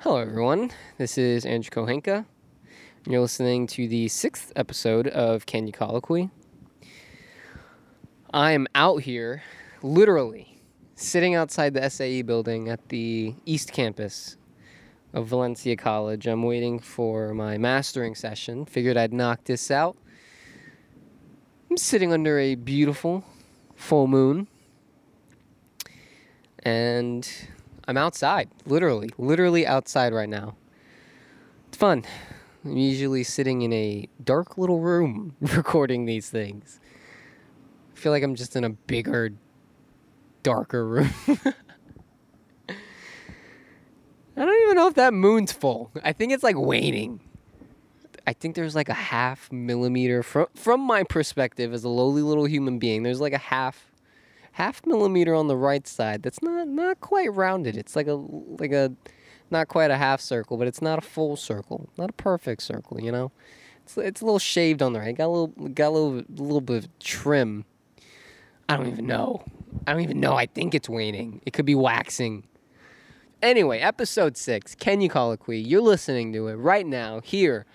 Hello, everyone. This is Andrew Kohenka, and you're listening to the sixth episode of Can You Colloquy. I am out here, literally, sitting outside the SAE building at the East Campus of Valencia College. I'm waiting for my mastering session. Figured I'd knock this out. I'm sitting under a beautiful full moon, and I'm outside, literally, literally outside right now. It's fun. I'm usually sitting in a dark little room recording these things. I feel like I'm just in a bigger, darker room. I don't even know if that moon's full. I think it's like waning. I think there's like a half millimeter from from my perspective as a lowly little human being. There's like a half half millimeter on the right side that's not not quite rounded it's like a like a not quite a half circle but it's not a full circle not a perfect circle you know it's it's a little shaved on the right got a little got a little little bit of trim i don't even know i don't even know i think it's waning it could be waxing anyway episode 6 can you colloquy you're listening to it right now here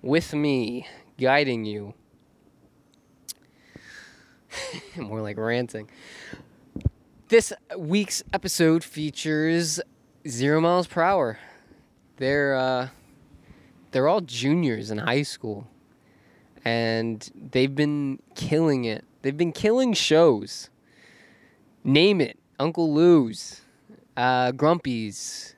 with me guiding you more like ranting. This week's episode features zero miles per hour. They're uh, they're all juniors in high school, and they've been killing it. They've been killing shows. Name it, Uncle Lou's, uh, Grumpy's,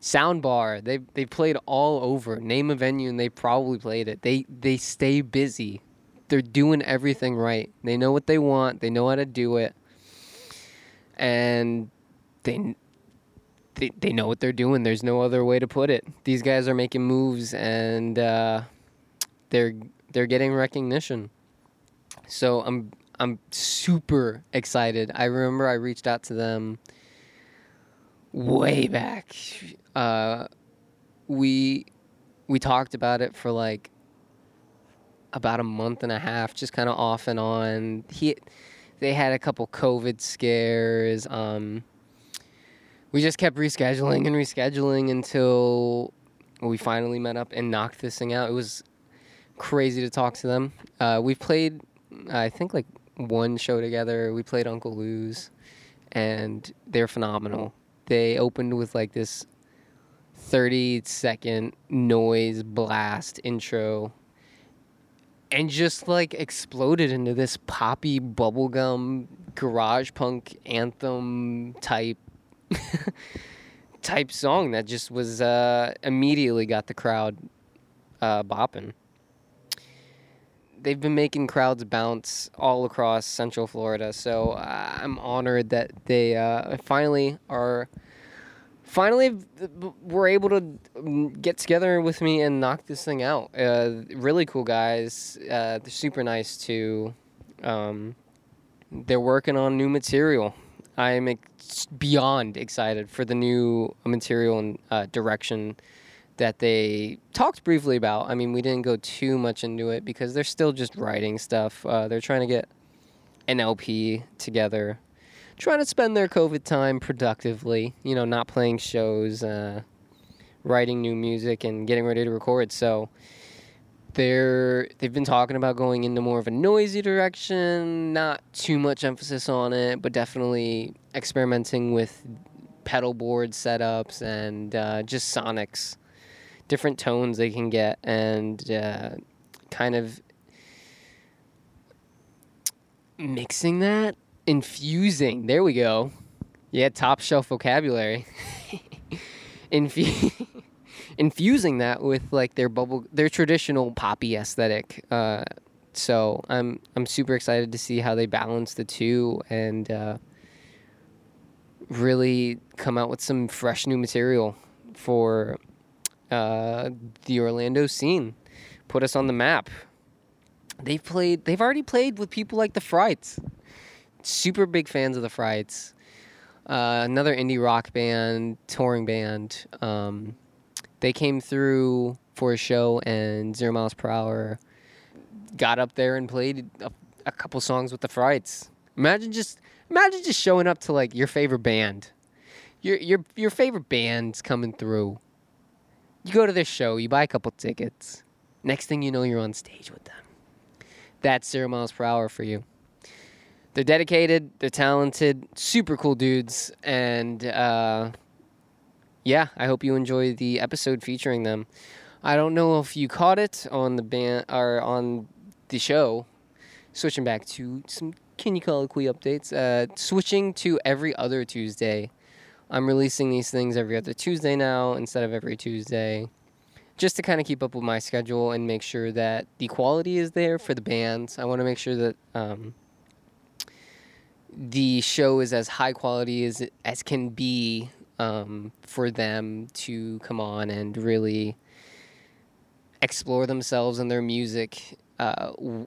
Soundbar. They they played all over. Name a venue, and they probably played it. They they stay busy they're doing everything right. They know what they want. They know how to do it, and they they, they know what they're doing. There's no other way to put it. These guys are making moves, and uh, they're they're getting recognition. So I'm I'm super excited. I remember I reached out to them way back. Uh, we we talked about it for like about a month and a half, just kind of off and on. He, they had a couple COVID scares. Um, we just kept rescheduling and rescheduling until we finally met up and knocked this thing out. It was crazy to talk to them. Uh, we played, I think, like one show together. We played Uncle Lou's, and they're phenomenal. They opened with like this 30 second noise blast intro and just like exploded into this poppy bubblegum garage punk anthem type type song that just was uh, immediately got the crowd uh, bopping. They've been making crowds bounce all across Central Florida, so uh, I'm honored that they uh, finally are finally were able to mm, get together with me and knock this thing out. Uh, really cool guys. Uh, they're super nice too. Um, they're working on new material. I'm ex- beyond excited for the new material and uh, direction that they talked briefly about. I mean, we didn't go too much into it because they're still just writing stuff. Uh, they're trying to get an LP together trying to spend their COVID time productively, you know, not playing shows, uh, writing new music, and getting ready to record. So they're they've been talking about going into more of a noisy direction, not too much emphasis on it, but definitely experimenting with pedal board setups and uh, just sonics, different tones they can get, and uh, kind of mixing that infusing. There we go. Yeah, top shelf vocabulary. Infu- infusing that with like their bubble, their traditional poppy aesthetic. Uh, so I'm I'm super excited to see how they balance the two and uh, really come out with some fresh new material for uh, the Orlando scene. Put us on the map. They've played. They've already played with people like the Frights super big fans of the Frights. Uh, another indie rock band, touring band. Um, they came through for a show and Zero Miles Per Hour got up there and played a, a couple songs with the Frights. Imagine just imagine just showing up to like your favorite band, your your your favorite band's coming through. You go to their show, you buy a couple tickets. Next thing you know, you're on stage with them. That's zero miles per hour for you. They're dedicated, they're talented, super cool dudes, and uh, yeah, I hope you enjoy the episode featuring them. I don't know if you caught it on the band or on the show. Switching back to some Kenny Colloquy updates. Uh, switching to every other Tuesday. I'm releasing these things every other Tuesday now instead of every Tuesday, just to kind of keep up with my schedule and make sure that the quality is there for the bands. I want to make sure that um, the show is as high quality as as can be um, for them to come on and really explore themselves and their music uh, w-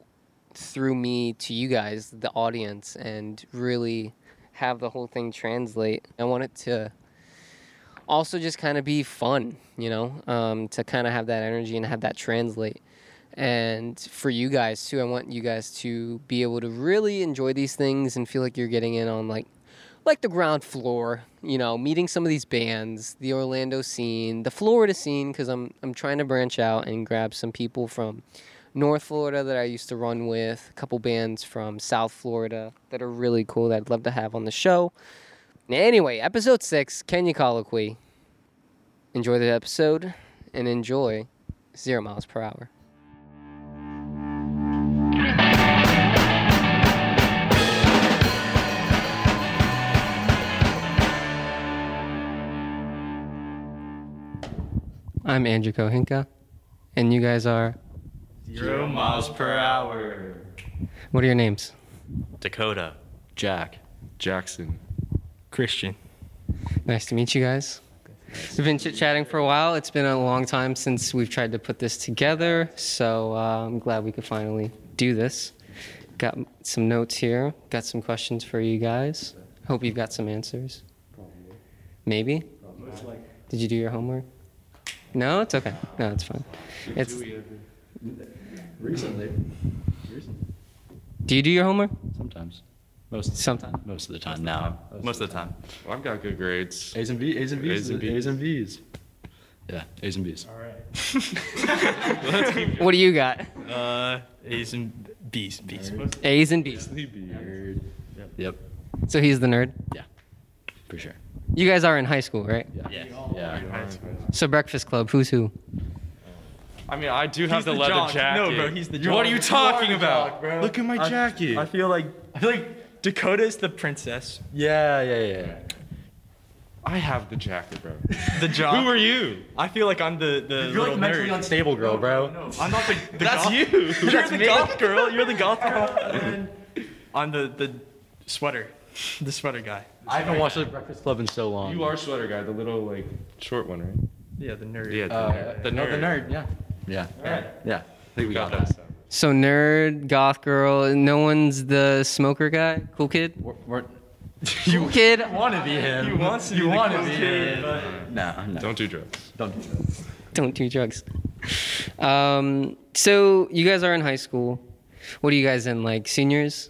through me to you guys, the audience, and really have the whole thing translate. I want it to also just kind of be fun, you know, um, to kind of have that energy and have that translate. And for you guys too, I want you guys to be able to really enjoy these things and feel like you're getting in on like like the ground floor, you know, meeting some of these bands, the Orlando scene, the Florida scene, because I'm I'm trying to branch out and grab some people from North Florida that I used to run with, a couple bands from South Florida that are really cool that I'd love to have on the show. Anyway, episode six, Kenya Colloquy. Enjoy the episode and enjoy zero miles per hour. I'm Andrew Kohinka, and you guys are. Zero miles per hour. What are your names? Dakota. Jack. Jackson. Christian. Nice to meet you guys. We've been chit chatting for a while. It's been a long time since we've tried to put this together, so uh, I'm glad we could finally do this. Got m- some notes here, got some questions for you guys. Hope you've got some answers. Maybe? Did you do your homework? No, it's okay. No, it's fine. It's, Recently. do you do your homework? Sometimes. Most Sometimes. most of the time now. Most of the time. Well, I've got good grades. A's and B's. A's and B's. A's and B's. A's and B's. Yeah, A's and B's. What do you got? Uh, A's and B's. B's. A's and B's. Yep. So he's the nerd. Yeah. For sure. You guys are in high school, right? Yeah. Yeah. Yeah. So Breakfast Club, who's who? I mean, I do have He's the, the leather jock. jacket. No, bro, he's the jock. What are you You talking are the about? jock, bro. Look at my jacket. I feel like I feel like Dakota's the princess. Yeah. Yeah. Yeah. I have the jacket, bro. The job. Who are you? I feel like I'm the the You're little like mentally nerd. unstable, girl, bro. I'm not the. the That's goth- you. You're the goth girl. You're the goth girl. And then I'm the the sweater, the sweater guy. I haven't watched The Breakfast Club in so long. You are sweater guy, the little like short one, right? Yeah, the nerd. Yeah, the Uh, nerd. the nerd. the nerd. Yeah. Yeah. Alright. Yeah. I think we Got got that that. stuff. So nerd, goth girl, no one's the smoker guy, cool kid. We're, we're, Cool kid. want to be him. He wants to You be the want to cool be kid, but- him. No, no. Don't do drugs. Don't do that. Don't do drugs. Um, so you guys are in high school. What are you guys in? Like seniors?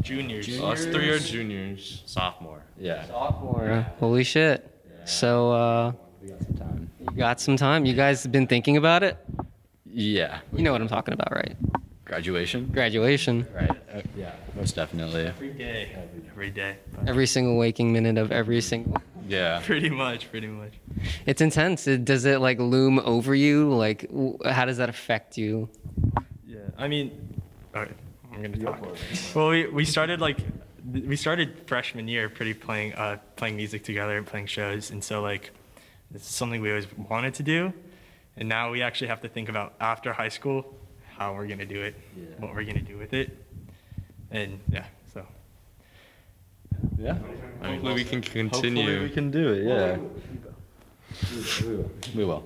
Juniors. Us three are juniors. Sophomore. Yeah. Or Uh, holy shit. So uh, We got some time. you got some time. You guys have been thinking about it. Yeah. You know what I'm talking about, right? Graduation. Graduation. Right. Uh, yeah. Most definitely. Every day. Every day. Every single waking minute of every single. Yeah. Pretty much. Pretty much. It's intense. It, does it like loom over you? Like, w- how does that affect you? Yeah, I mean, all right, I'm gonna talk. Well, we, we started like th- we started freshman year pretty playing uh, playing music together and playing shows, and so like it's something we always wanted to do, and now we actually have to think about after high school how we're gonna do it, Yeah. what we're gonna do with it, and yeah, so Yeah. Hopefully we can Hopefully we continue. can do it. Yeah. We will. We will.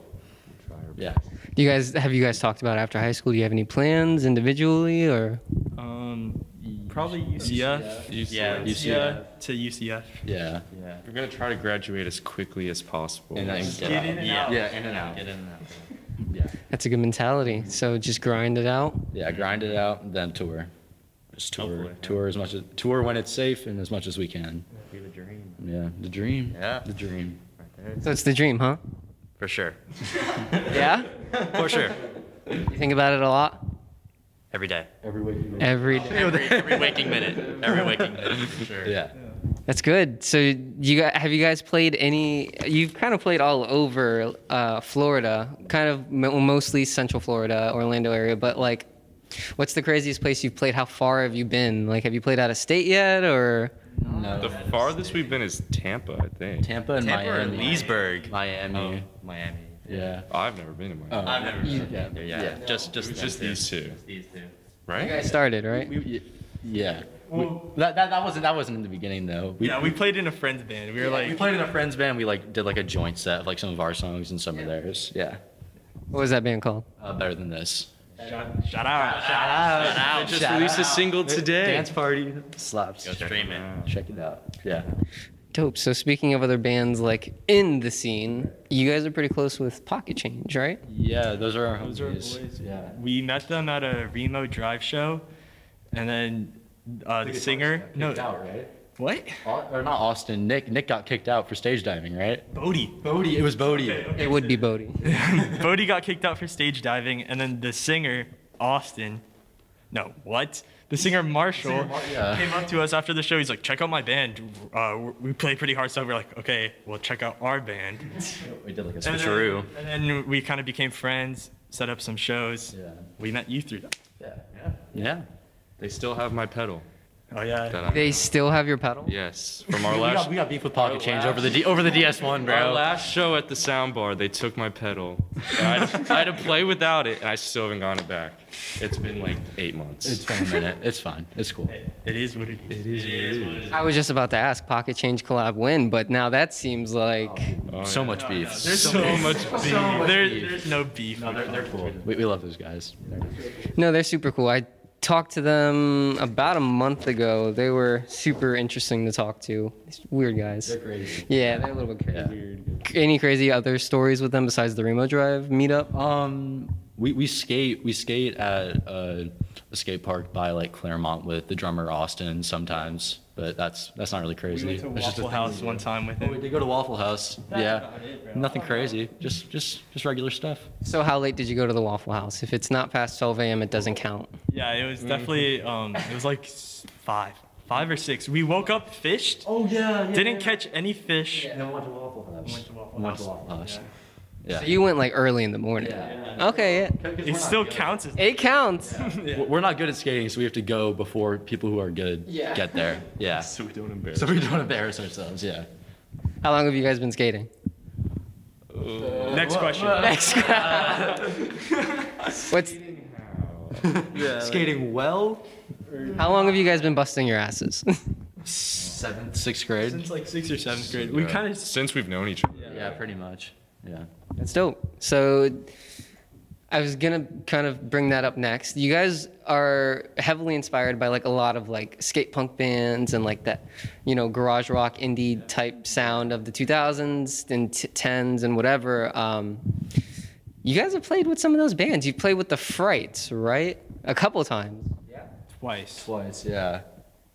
Yeah. Do you guys have you guys talked about after high school? Do you have any plans individually or? um probably UCF, Yeah. UCF. to UCF. Yeah. We're gonna try to graduate as quickly as possible. And then get, out. Yeah. Yeah. In and out. Get in and out. Yeah. That's a good mentality. So just grind it out. Yeah. Grind it out and then tour. Just tour. Hopefully. Tour as much as tour when it's safe and as much as we can. Yeah, the dream. Yeah. The dream. So it's the dream, huh? For sure. Yeah? For sure. You think about it a lot? Every day. Every waking minute. Every day. Every, every waking minute. Every waking minute. For sure. Yeah. That's good. So you got, have you guys played any? You've kind of played all over uh, Florida, kind of mo- mostly Central Florida, Orlando area. But like, what's the craziest place you've played? How far have you been? Like, have you played out of state yet, or No. The farthest we've been is Tampa, I think. Tampa and Tampa or Miami. Leesburg? Miami. Oh, Miami. Yeah. I've never been to Miami. Oh. I've never You- been yeah. either. Yeah. yeah. Just just It was them just these two, These two. you right? guys started right? We, we- yeah. We- Well- that, that, that wasn't that wasn't in the beginning though. We, yeah, we played in a friend's band. We were we like, played in a friend's band. We like did like a joint set of like some of our songs and some of theirs. Yeah. What was that band called? Uh, better than this. shout, shout out. I just released a single today. Dance party slaps. Go stream it. Check it out. Yeah. Dope. So speaking of other bands like in the scene, you guys are pretty close with Pocket Change, right? Yeah, those are our homies. Those are our boys. Yeah. We met them at a Remo Drive show, and then uh, the singer, no, right? what? Au- Or not Austin. Nick. Nick got kicked out for stage diving, right? Bodie. Bodie. It was Bodie. It would be Bodie. Bodie got kicked out for stage diving, and then the singer, Austin, no, what? The singer Marshall yeah. came up to us after the show. He's like, check out my band. Uh, we play pretty hard stuff. We're like, okay, well, check out our band. We did like a And then- switcheroo. And then, we kind of became friends, set up some shows. Yeah. We met you through that. Yeah. Yeah. They still have my pedal. Oh, yeah. That I, They still have your pedal. yes, from our We got, last we got beef with Pocket Change over the D, over the DS1, bro. our last show at the Sound Bar. They took my pedal. And I, had to, I had to play without it, and I still haven't gotten it back. It's been like eight months. It's been a minute. It's fine. It's cool. It is what it is. I was just about to ask Pocket Change collab when, but now that seems like Oh, So yeah. much beef. There's so, much beef. There- There's no beef. They're cool. We, we love those guys. No, they're super cool. I talked to them about a month ago. They were super interesting to talk to. Weird guys. crazy. Yeah, they're a little bit Yeah. crazy. Any crazy other stories with them besides the Remo Drive meetup? Um, we, we skate we skate at uh, a skate park by like Claremont with the drummer Austin sometimes, but that's that's not really crazy. We went to That's just a Waffle thing House we one do. time with Oh, we him. did go to Waffle House. yeah, about it, bro. nothing crazy. Just just just regular stuff. So, how late did you go to the Waffle House? If it's not past 12 a.m., it doesn't count. Yeah, it was definitely. Um, it was like s- five, five or six. We woke up, fished. Oh yeah. Didn't catch any fish. And then went to Waffle House. Went to Waffle House. Yeah. So, you went like early in the morning. Okay, yeah. It still counts as It counts. W- We're not good at skating, so we have to go before people who are good Yeah. get there. Yeah. So we don't embarrass. So we don't embarrass ourselves. Yeah. How long have you guys been skating? next question. Next. What's, Skating well. how long have you guys been busting your asses? Seventh, sixth grade. Since like sixth or seventh grade, we kind of. since we've known each other. Yeah, pretty much. Yeah. That's dope. So I was gonna kind of bring that up next. You guys are heavily inspired by like a lot of like skate punk bands and like that, you know, garage rock indie type sound of the 2000s and t- 10s and whatever. Um, you guys have played with some of those bands. You played with the Frights, right? A couple times. Twice. Twice. Yeah.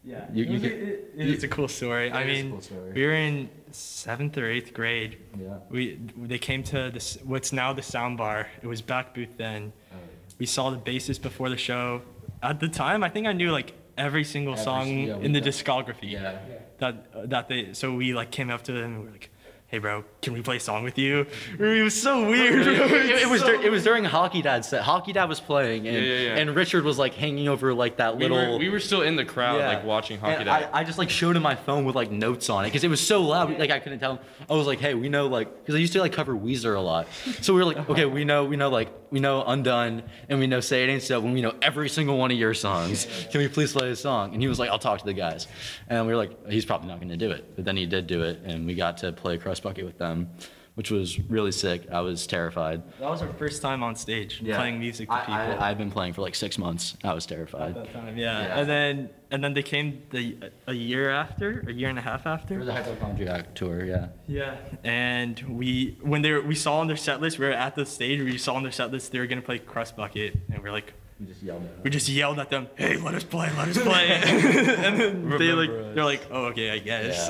Yeah. You- it you was could- a- it- it's a cool story. I It is a mean, cool story. we were in seventh or eighth grade. Yeah. We they came to this what's now the sound bar. It was back booth then. Oh, We saw the bassist before the show. At the time, I think I knew like every single Every- song yeah, we in the did. discography. Yeah. That that they so we like came up to them and we were like, "Hey, bro, can we play a song with you?" It was so weird. It, it was dur- it was during Hockey Dad's set. Hockey Dad was playing, and Yeah, yeah, yeah. and Richard was like hanging over like that We little. were, we were still in the crowd, Yeah. like watching hockey. And that I, I just like showed him my phone with like notes on it because it was so loud. Like I couldn't tell him. I was like, hey, we know like because I used to like cover Weezer a lot. So we were like, okay, we know we know like we know Undone and we know Say It Ain't So, and we know every single one of your songs. Can we please play a song? And he was like, I'll talk to the guys. And we were like, he's probably not going to do it. But then he did do it, and we got to play Cross Bucket with them, which was really sick. I was terrified. That was our first time on stage playing music to I, people. I, I've been playing for like six months. I was terrified. that time, yeah. Yeah. And then and then they came the a year after, a year and a half after. For the Hypochondriac tour, yeah. Yeah. And we when they were, we saw on their set list, we were at the stage, we saw on their set list they were gonna play Crust Bucket, and we are like, just yelled at We just yelled at them, "Hey, let us play, let us play," and then they like Remember us. they're like, "Oh, okay, I guess."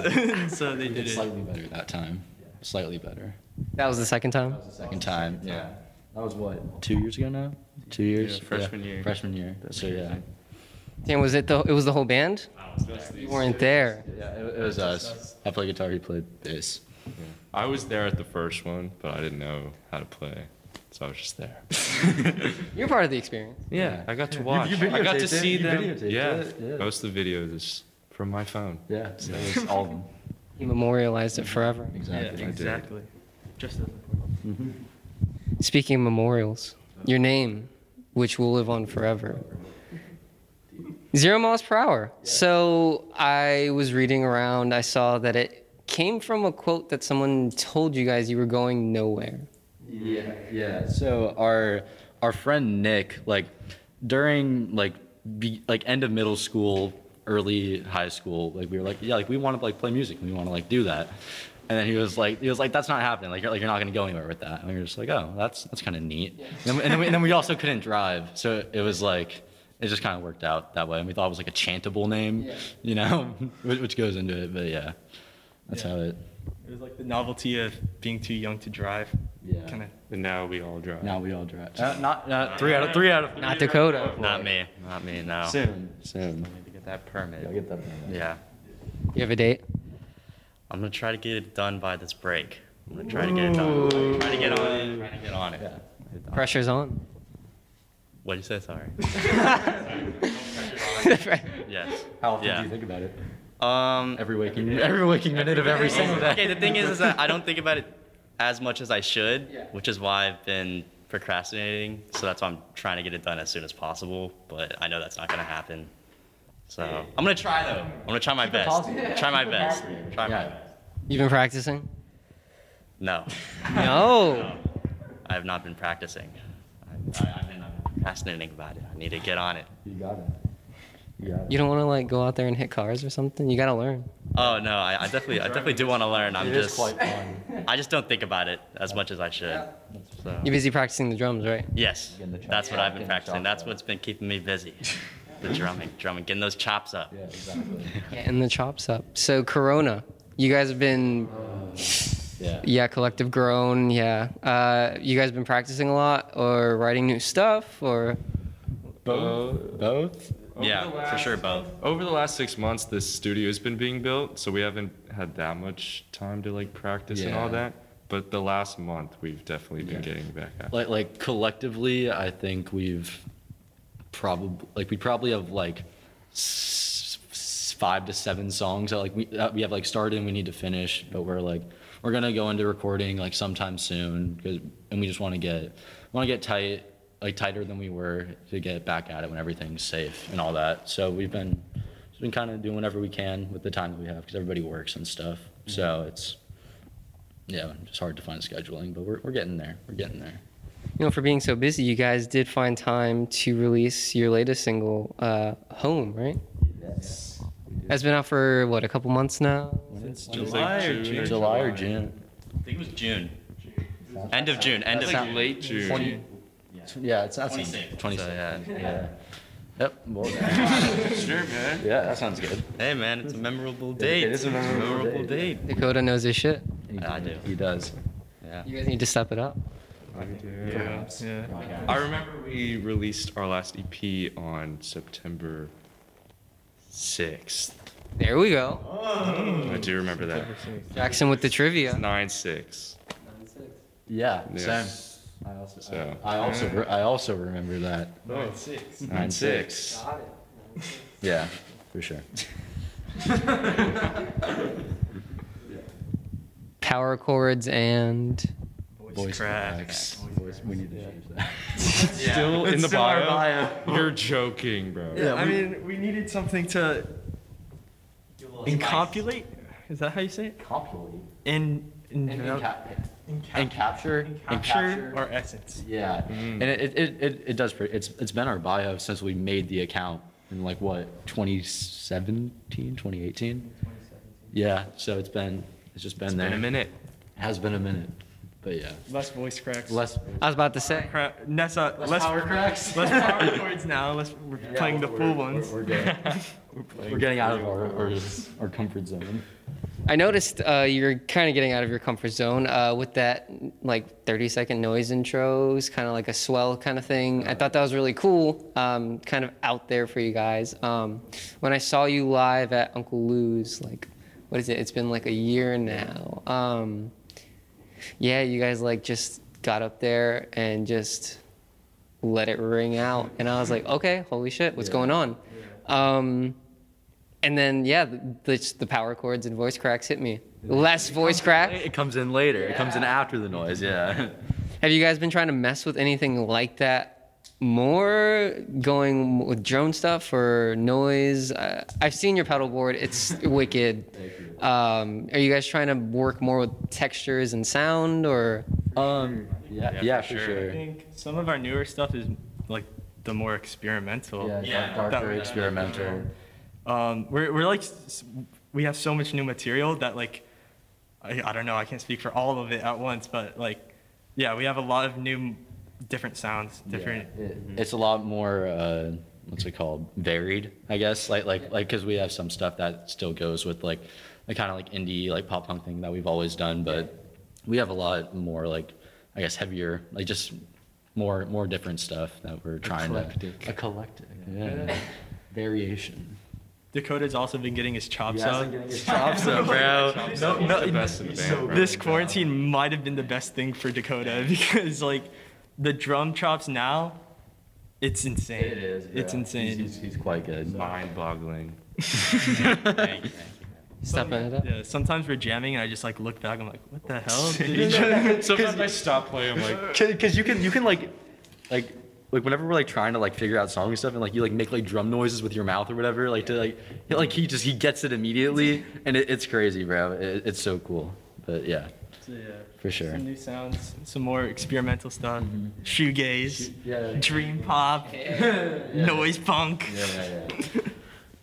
so they did it. slightly better that time. Slightly better. That was the second time. That was the second time. Yeah. That was what? Two years ago now. Two years. freshman year. Freshman year. so yeah. Damn, was it the? It was the whole band. You weren't there. Yeah, it, it was us. I played guitar. He played bass. I was there at the first one, but I didn't know how to play, so I was just there. You're part of the experience. Yeah, I got to watch. you I got videotaped to it, see you them. videotaped yeah. it, yeah. most of the videos is from my phone. Yeah. So it was all of them. You memorialized it forever. Yeah, Exactly. exactly. Just as Speaking of memorials, your name, which will live on forever. Zero miles per hour. So I was reading around. I saw that it came from a quote that someone told you guys you were going nowhere. Yeah, yeah. So our our friend Nick, like during like be, like end of middle school, early high school, like we were like, yeah, like we want to like play music, we want to like do that. And then he was like, he was like, that's not happening. Like you're like you're not gonna go anywhere with that. And we were just like, oh, that's that's kind of neat. And, then, we- and, then we, and then we also couldn't drive, so it was like. It just kind of worked out that way, and we thought it was like a chantable name, you know, which which goes into it. But yeah, that's Yeah. how it. It was like the novelty of being too young to drive. Yeah. Kind of. And now we all drive. Now we all drive. Uh, not uh, three out of three out of Not Dakota. Not me. Not me. No. Soon. Soon. Need to get that permit. get that. Yeah. You have a date? I'm gonna try to get it done by this break. I'm gonna try to get it done. Try to get on it. Try to get on it. Pressure's on. What did you say? Sorry. Yes. How often Yeah. do you think about it? Um. Every waking every waking minute of every single day. Okay. The thing is, is that I don't think about it as much as I should, which is why I've been procrastinating. So that's why I'm trying to get it done as soon as possible. But I know that's not gonna happen. So I'm gonna try though. I'm gonna try my best. Try my best. Try my. Yeah. You've been practicing? No. No. I have not been practicing. I, I, I've been I've been procrastinating about it. I need to get on it. You got it. You got it. You don't want to like go out there and hit cars or something. You gotta learn. Oh no, I, I definitely, I definitely do want to learn. I'm It is just, quite fun. I just don't think about it as much as I should. So You're busy practicing the drums, right? yes, Getting the chops that's what up, I've been getting the practicing. chops That's up. what's been keeping me busy. The drumming, drumming, getting those chops up. Yeah, exactly. Getting the chops up. So Corona, you guys have been Yeah. Yeah, collective grown. Yeah, uh, you guys been practicing a lot or writing new stuff or Both. Both. Yeah, for sure both. Over the last six months, this studio has been being built, so we haven't had that much time to like practice and all Yeah. that. But the last month, we've definitely been getting back at. it. Like like collectively, I think we've probably like we probably have like s- s- five to seven songs that like we that we have like started and we need to finish, but we're like we're gonna go into recording like sometime soon because and we just want to get want to get tight like tighter than we were to get back at it when everything's safe and all that. So we've been just been kind of doing whatever we can with the time that we have because everybody works and stuff. So it's yeah, it's hard to find scheduling, but we're we're getting there. We're getting there. you know for being so busy, you guys did find time to release your latest single, uh, "Home," right? That's been out for what a couple months now. It's It's July or June? July or June. I think it was June. End of June. End of June. late June. Yeah, it's not 26. So, yeah. yeah. Yep. Well, Sure, man. yeah, that sounds good. Hey man, it's a memorable date. is a memorable date. Dakota knows his shit. I do. He does. Yeah. You guys need to step it up. Yeah. Yeah. I remember we released our last EP on September 6th. There we go. I do remember that. Jackson with the trivia. 9 6. Yeah, Yeah. same. I also, So- I, I also, re- I also remember that. Nine six. 9 6. Yeah, for sure. Power chords and Voice cracks. Voice, we need to change that. Still in the still our bio? You're joking, bro. Yeah, I mean, we needed something to encapsulate. Is that how you say it? Copulate. In, in, uh, And capture. capture our essence. Yeah, and it, it- it, it, it does. Pretty, it's it's been our bio since we made the account in like what 2017, 2018. Yeah, so it's been it's just been there. Been a minute. Has been a minute. But yeah, Less voice cracks. less. I was about to say. Cra- less, uh, less, power cracks. Less power chords now. Less we're playing the full ones. We're, getting, we're getting out of our, our, our comfort zone. I noticed uh, you're kind of getting out of your comfort zone uh, with that like 30 second noise intros, kind of like a swell kind of thing. I thought that was really cool, um, kind of out there for you guys. Um, when I saw you live at Uncle Lou's, like, what is it? It's been like a year now. Um, yeah, you guys like just got up there and just let it ring out, and I was like, okay, holy shit, what's going on? Um, and then yeah, the, the, the power chords and voice cracks hit me. Less voice crack. It comes in later. It comes in after the noise. Yeah. Have you guys been trying to mess with anything like that more? Going with drone stuff or noise? Uh, I've seen your pedal board. It's wicked. Um, are you guys trying to work more with textures and sound or? Um. Yeah. Yeah. for sure. I think some of our newer stuff is like the more experimental. Yeah. Yeah, dark- that darker, would- experimental. Um, we're, we're like, s- we have so much new material that like, I, I don't know, I can't speak for all of it at once, but like, yeah, we have a lot of new, different sounds, different. Yeah, it- It's a lot more. Uh, what's it called? Varied, I guess. Like like like because we have some stuff that still goes with like the kind of like indie like pop punk thing that we've always done, but we have a lot more like I guess heavier like just more more different stuff that we're trying to a collective yeah. variation. Dakota's also been getting his chops up. so bro. No, no, the best in the band. bro. This quarantine might have been the best thing for Dakota because like, the drum chops now, it's insane. It's insane. He's, he's quite good. mind-boggling. Stepping it up. Yeah, sometimes we're jamming and I just like look back. I'm like, what the hell? Did you just- Sometimes I stop playing. I'm like, because you can you can like like like whenever we're like trying to like figure out songs and stuff and like you like make like drum noises with your mouth or whatever like to like he- like he just he gets it immediately and it, it's crazy bro it, it's so cool but yeah for sure Some new sounds, some more experimental stuff, shoegaze, Mm-hmm. yeah. dream pop, noise punk.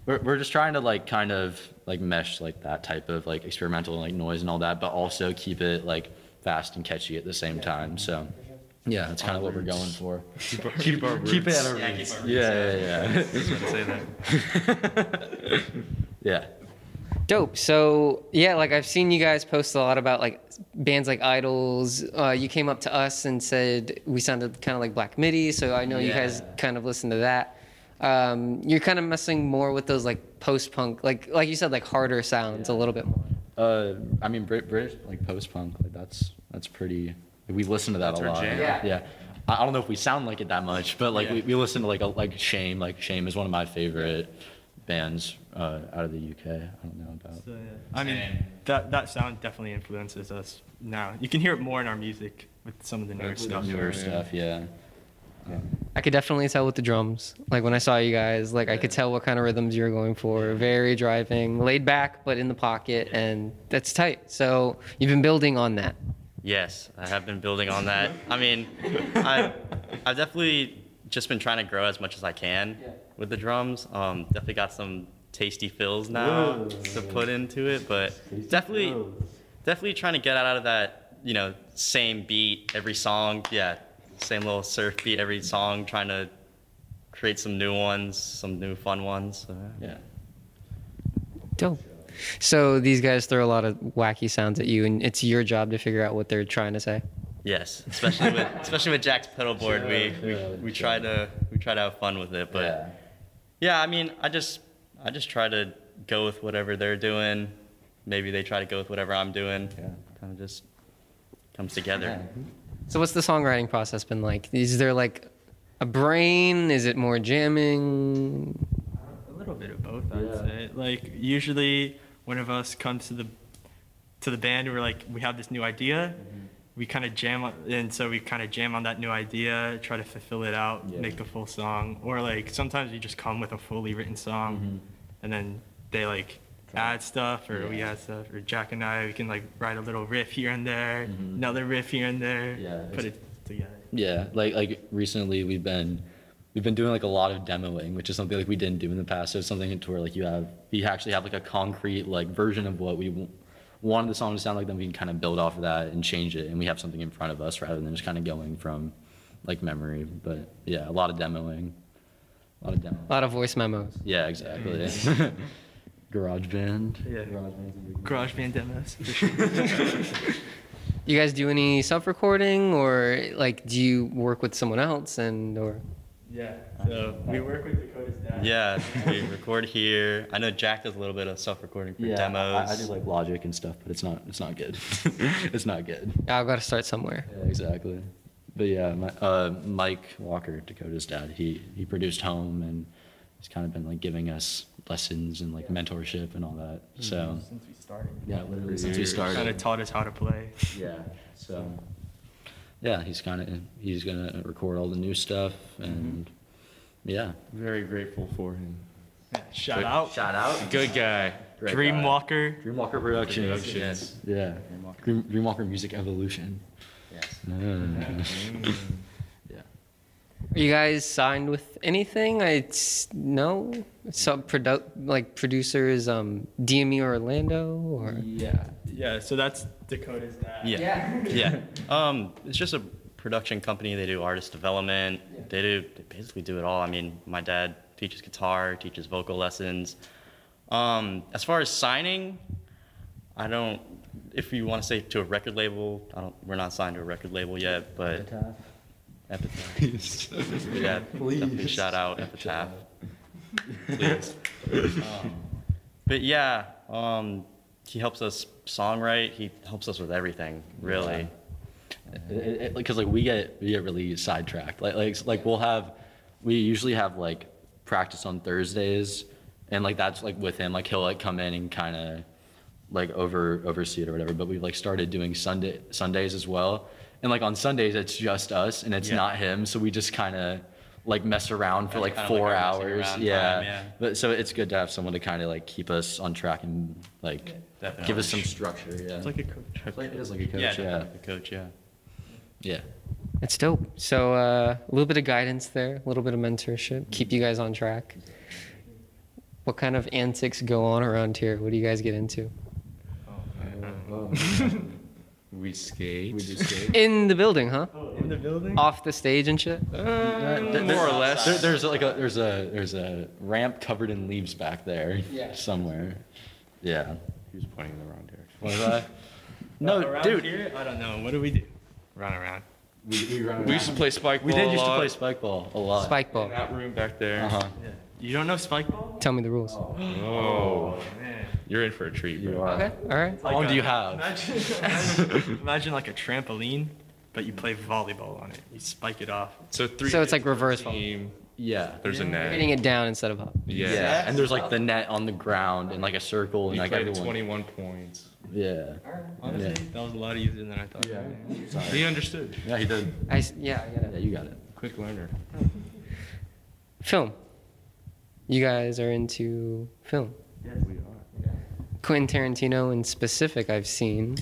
we're, we're just trying to like kind of like mesh like that type of like experimental like noise and all that but also keep it like fast and catchy at the same time so yeah that's kind of what we're going for keep, keep it at our Yeah, roots. keep our yeah yeah yeah yeah Dope. So yeah, like I've seen you guys post a lot about like bands like Idols. Uh, you came up to us and said we sounded kind of like Black Midi, so I know you guys Yeah. kind of listen to that. Um, you're kind of messing more with those like post punk, like like you said, like harder sounds a little bit more. Uh, I mean, Brit- British like post punk, like that's that's pretty. We listen to that That's a our lot. jam. Yeah. yeah. I I don't know if we sound like it that much, but like we, we listen to like a, like Shame. Like Shame is one of my favorite bands uh, out of the UK. I don't know about. So, yeah. I mean, that, that sound definitely influences us now. You can hear it more in our music with some of the newer That's stuff. definitely- Newer yeah. stuff, yeah. I could definitely tell with the drums. Like when I saw you guys, like I could tell what kind of rhythms you were going for. Very driving, laid back, but in the pocket, and that's tight. So you've been building on that. Yes, I have been building on that. I mean, I, I've definitely just been trying to grow as much as I can with the drums. Um, definitely got some tasty fills now to put into it, but definitely, definitely trying to get out of that. You know, same beat every song. Yeah, same little surf beat every song. Trying to create some new ones, some new fun ones. So, yeah. Yeah. Dope. So these guys throw a lot of wacky sounds at you, and it's your job to figure out what they're trying to say. Yes, especially with especially with Jack's pedal board, we, we we try to we try to have fun with it, but. yeah. Yeah, I mean, I just I just try to go with whatever they're doing. Maybe they try to go with whatever I'm doing. Yeah. Kind of just comes together. So what's the songwriting process been like? Is there like a brain? Is it more jamming? A little bit of both, I'd say. Like usually, one of us comes to the to the band. We're like, we have this new idea. Mm-hmm. We kind of jam, on, and so we kind of jam on that new idea, try to fulfill it out, Yeah. make a full song. Or like sometimes we just come with a fully written song, Mm-hmm. and then they like add stuff, or we add stuff, or Jack and I, we can like write a little riff here and there, another riff here and there, Mm-hmm. Yeah, it's- put it together. Yeah, like like recently we've been we've been doing like a lot of demoing, which is something like we didn't do in the past. So it's something to where like you have you actually have like a concrete like version of what we w- wanted the song to sound like, then we can kind of build off of that and change it, and we have something in front of us rather than just kind of going from like memory. But yeah, a lot of demoing, a lot of demoing. A lot of voice memos. Yeah, exactly. Garage band. Yeah. Garage band's a big one. Garage band demos. You guys do any self recording or like do you work with someone else and or yeah. So we work with Dakota's dad. Yeah, we record here. I know Jack does a little bit of self-recording for Yeah, demos. I, I do like Logic and stuff, but it's not it's not good. it's not good. I've got to start somewhere. Yeah, exactly. But yeah, my, uh, Mike Walker, Dakota's dad, he he produced Home and he's kind of been like giving us lessons and like mentorship and all that. So Since we started. yeah, literally Mm-hmm. since we Years. Kind of started. taught us how to play. Yeah. So yeah, he's kind of he's gonna record all the new stuff and yeah. Very grateful for him. Shout out. Shout out. Good guy. Dreamwalker. Dreamwalker Productions. Productions. Yeah. Dream, Dreamwalker Music Evolution. Yes. Mm. Are you guys signed with anything? It's no sub produ- like producers, um, DME Orlando or Yeah. Yeah, so that's Dakota's dad. Yeah. yeah. Um, it's just a production company. They do artist development. They do they basically do it all. I mean, my dad teaches guitar, teaches vocal lessons. Um, as far as signing, I don't. If you want to say to a record label, I don't. We're not signed to a record label yet, but Epitaph. yeah, definitely shout out Epitaph. Please. Um, but yeah, um, he helps us songwrite. He helps us with everything, really. because like we get we get really sidetracked. Like like like we'll have we usually have like practice on Thursdays, and like that's like with him. Like he'll like come in and kind of like over oversee it or whatever. But we've like started doing Sunday Sundays as well, and like on Sundays it's just us and it's Yeah. not him. So we just kind of like mess around for That's like kinda like four our messing hours. around yeah. time, yeah. But so it's good to have someone to kind of like keep us on track and like Definitely. give us some structure. Yeah. It's like a coach. It's like- it is like a coach. yeah, yeah. definitely the coach. Yeah. Yeah. That's dope. So uh, a little bit of guidance there, a little bit of mentorship, keep you guys on track. What kind of antics go on around here? What do you guys get into We skate. in the building, huh? Oh, In the building? Off the stage and shit. more or less. There, there's like a there's a there's a ramp covered in leaves back there somewhere. Yeah. He was pointing in the wrong direction. Was I? no, around Oh, dude. Here, I don't know. What do we do? Run around. We, we, run We used to play spike We ball did a used to lot. play spike ball a lot. Spike ball. That room back there. Uh-huh. You don't know spike ball? Tell me the rules. Oh, Man. you're in for a treat, You bro. are. Okay. All right. How long do you have? Imagine, imagine, imagine like a trampoline, but you play volleyball on it. You spike it off. So three. So it's hits like per reverse volley. team. Yeah. There's a Hitting net. it down instead of up. Yeah. Yeah. And there's like the net on the ground and like a circle and You like played everyone. 21 points. Yeah. Honestly, Yeah. that was a lot easier than I thought. Yeah. He understood. Yeah, he did. I s- yeah, I get Yeah, it. you got it. Quick learner. Film. You guys are into film. We are. Quentin Tarantino in specific, I've seen.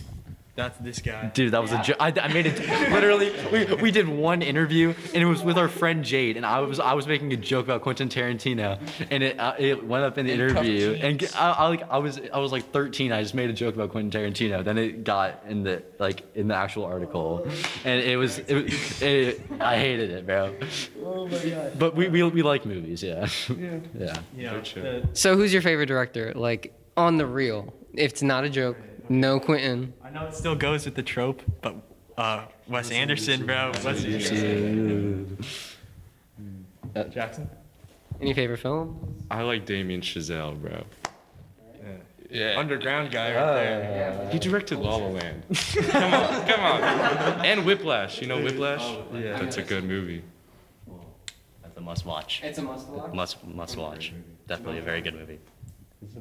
That's this guy. Dude, that was a joke. I, I made it literally. We, we did one interview, and it was with our friend Jade, and I was I was making a joke about Quentin Tarantino, and it uh, it went up in the interview, and I, I like I was I was like 13. I just made a joke about Quentin Tarantino. Then it got in the like in the actual article, and it was it, it I hated it, bro. But we we, we like movies, yeah. Yeah. Oh yeah. You know, Good show. the- So who's your favorite director? Like on the real. If it's not a joke, no Quentin. I know it still goes with the trope, but uh, Wes Anderson, bro. Wes Anderson. Mm. Uh, Jackson. Any favorite film? I like Damien Chazelle, bro. Yeah. Underground guy right there. He directed La La Land. come on, come on. And Whiplash. You know Whiplash? yeah. That's a good movie. That's a must watch. It's a must watch. Must must watch. Definitely a very good movie.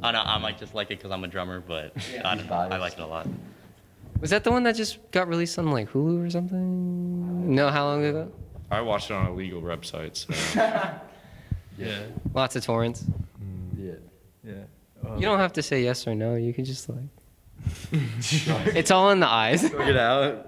I know I might just like it because I'm a drummer, but I, don't know. I like it a lot. Was that the one that just got released on like Hulu or Uh, something? No, how long ago? I watched it on a legal website. So. Yeah. Lots of torrents. Yeah. Yeah. Uh, You don't have to say yes or no. You can just like. it's all in the eyes. Check it out.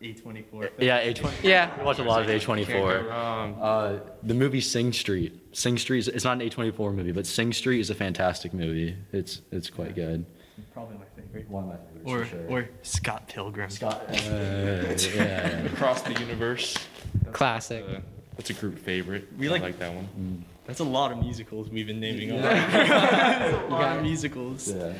E A24. Yeah, A20. Yeah. I watch a lot of A24. Um, Uh, the movie Sing Street. Sing Street is it's not an A24 movie, but Sing Street is a fantastic movie. It's it's quite good. Probably my favorite. One of my favorites. Or for sure. or Scott Pilgrim. Scott. yeah, yeah. Across the universe. Classic. Uh, that's a group favorite. We I like- like that one. That's a lot of musicals we've been naming. Yeah. a lot of musicals. Yeah.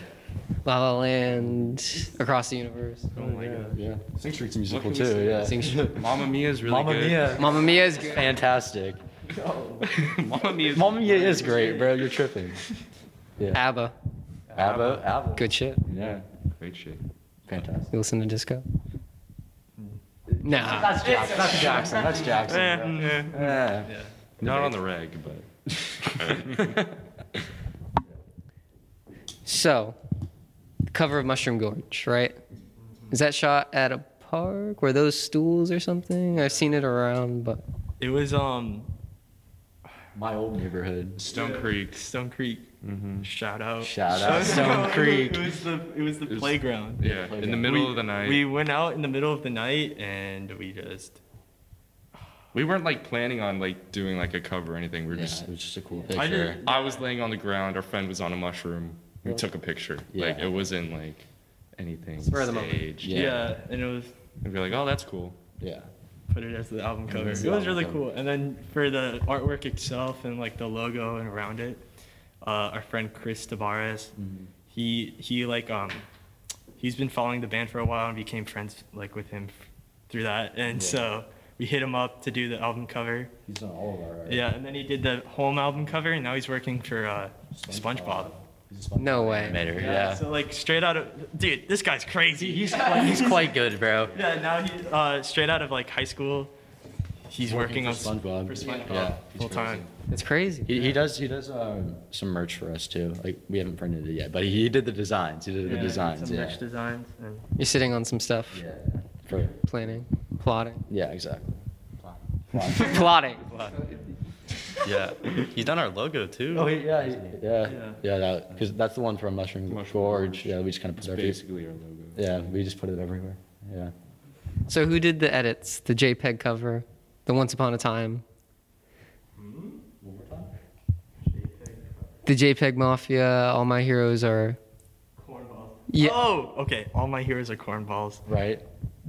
La La Land, Across the Universe. Oh my god. Yeah. Sing Street's musical musical What can we too, too. say? Yeah. Sing Street. Mamma Mia is really Mamma good. Mia. Mamma Mia is good. Fantastic. Mamma Mia. is- Mamma Mia is great, bro. You're tripping. Yeah. ABBA, Abba. Abba. good shit. Yeah. Great shit. Fantastic. You listen to disco? Hmm. Nah. That's Jackson. That's Jackson. That's Jackson. Eh, eh. bro. Yeah. Not on the reg, but So, the cover of Mushroom Gorge, right? Is that shot at a park? Were those stools or something? I've seen it around, but It was um My old neighborhood. Stone Creek. Stone Creek. Mm-hmm. Shout out. Shout out Stone Creek. It was the it was the It was- playground. Yeah. In the middle We- of the night. We We, went out in the middle of the night and we just. we weren't like planning on like doing like a cover or anything. We were Yeah, just it was just a cool I didn't- picture. I was laying on the ground. Our friend was on a mushroom. We took a picture. Like Yeah. it wasn't like anything Spur of the moment. staged. Yeah. Yeah. and it was And we are like, oh, that's cool. Yeah. put it as the album cover. It was was the album really cover. cool. And then for the artwork itself and like the logo and around it, uh, our friend Chris Tabares, Mm-hmm. he he like um, he's been following the band for a while and became friends like with him f- through that. And Yeah. so we hit him up to do the album cover. He's on all of our. Right? Yeah, and then he did the home album cover, and now he's working for uh, SpongeBob. He's a SpongeBob. no way. Yeah. Animator, yeah. So like straight out of dude, this guy's crazy. He's He's quite good, bro. yeah. Now he uh, straight out of like high school, he's working, Working on for SpongeBob. for SpongeBob Yeah, he's full time. crazy. It's crazy. He, he does he does um, some merch for us too. Like we haven't printed it yet, but he did the designs. He did the designs. Some Yeah. rich designs. And You're sitting on some stuff, yeah. For, planning, plotting. yeah. Exactly. plotting. Yeah. He's done our logo too. Oh he, yeah, he, yeah. Yeah. Yeah. That because that's the one from Mushroom, Mushroom Gorge. Gorge. Yeah. We just kind of It's put every, basically our logo. Yeah. We just put it everywhere. Yeah. So who did the edits? The JPEG cover, the Once Upon a Time, the JPEG Mafia, All My Heroes Are. Cornballs. Yeah. Oh, okay. All my heroes are cornballs. Right.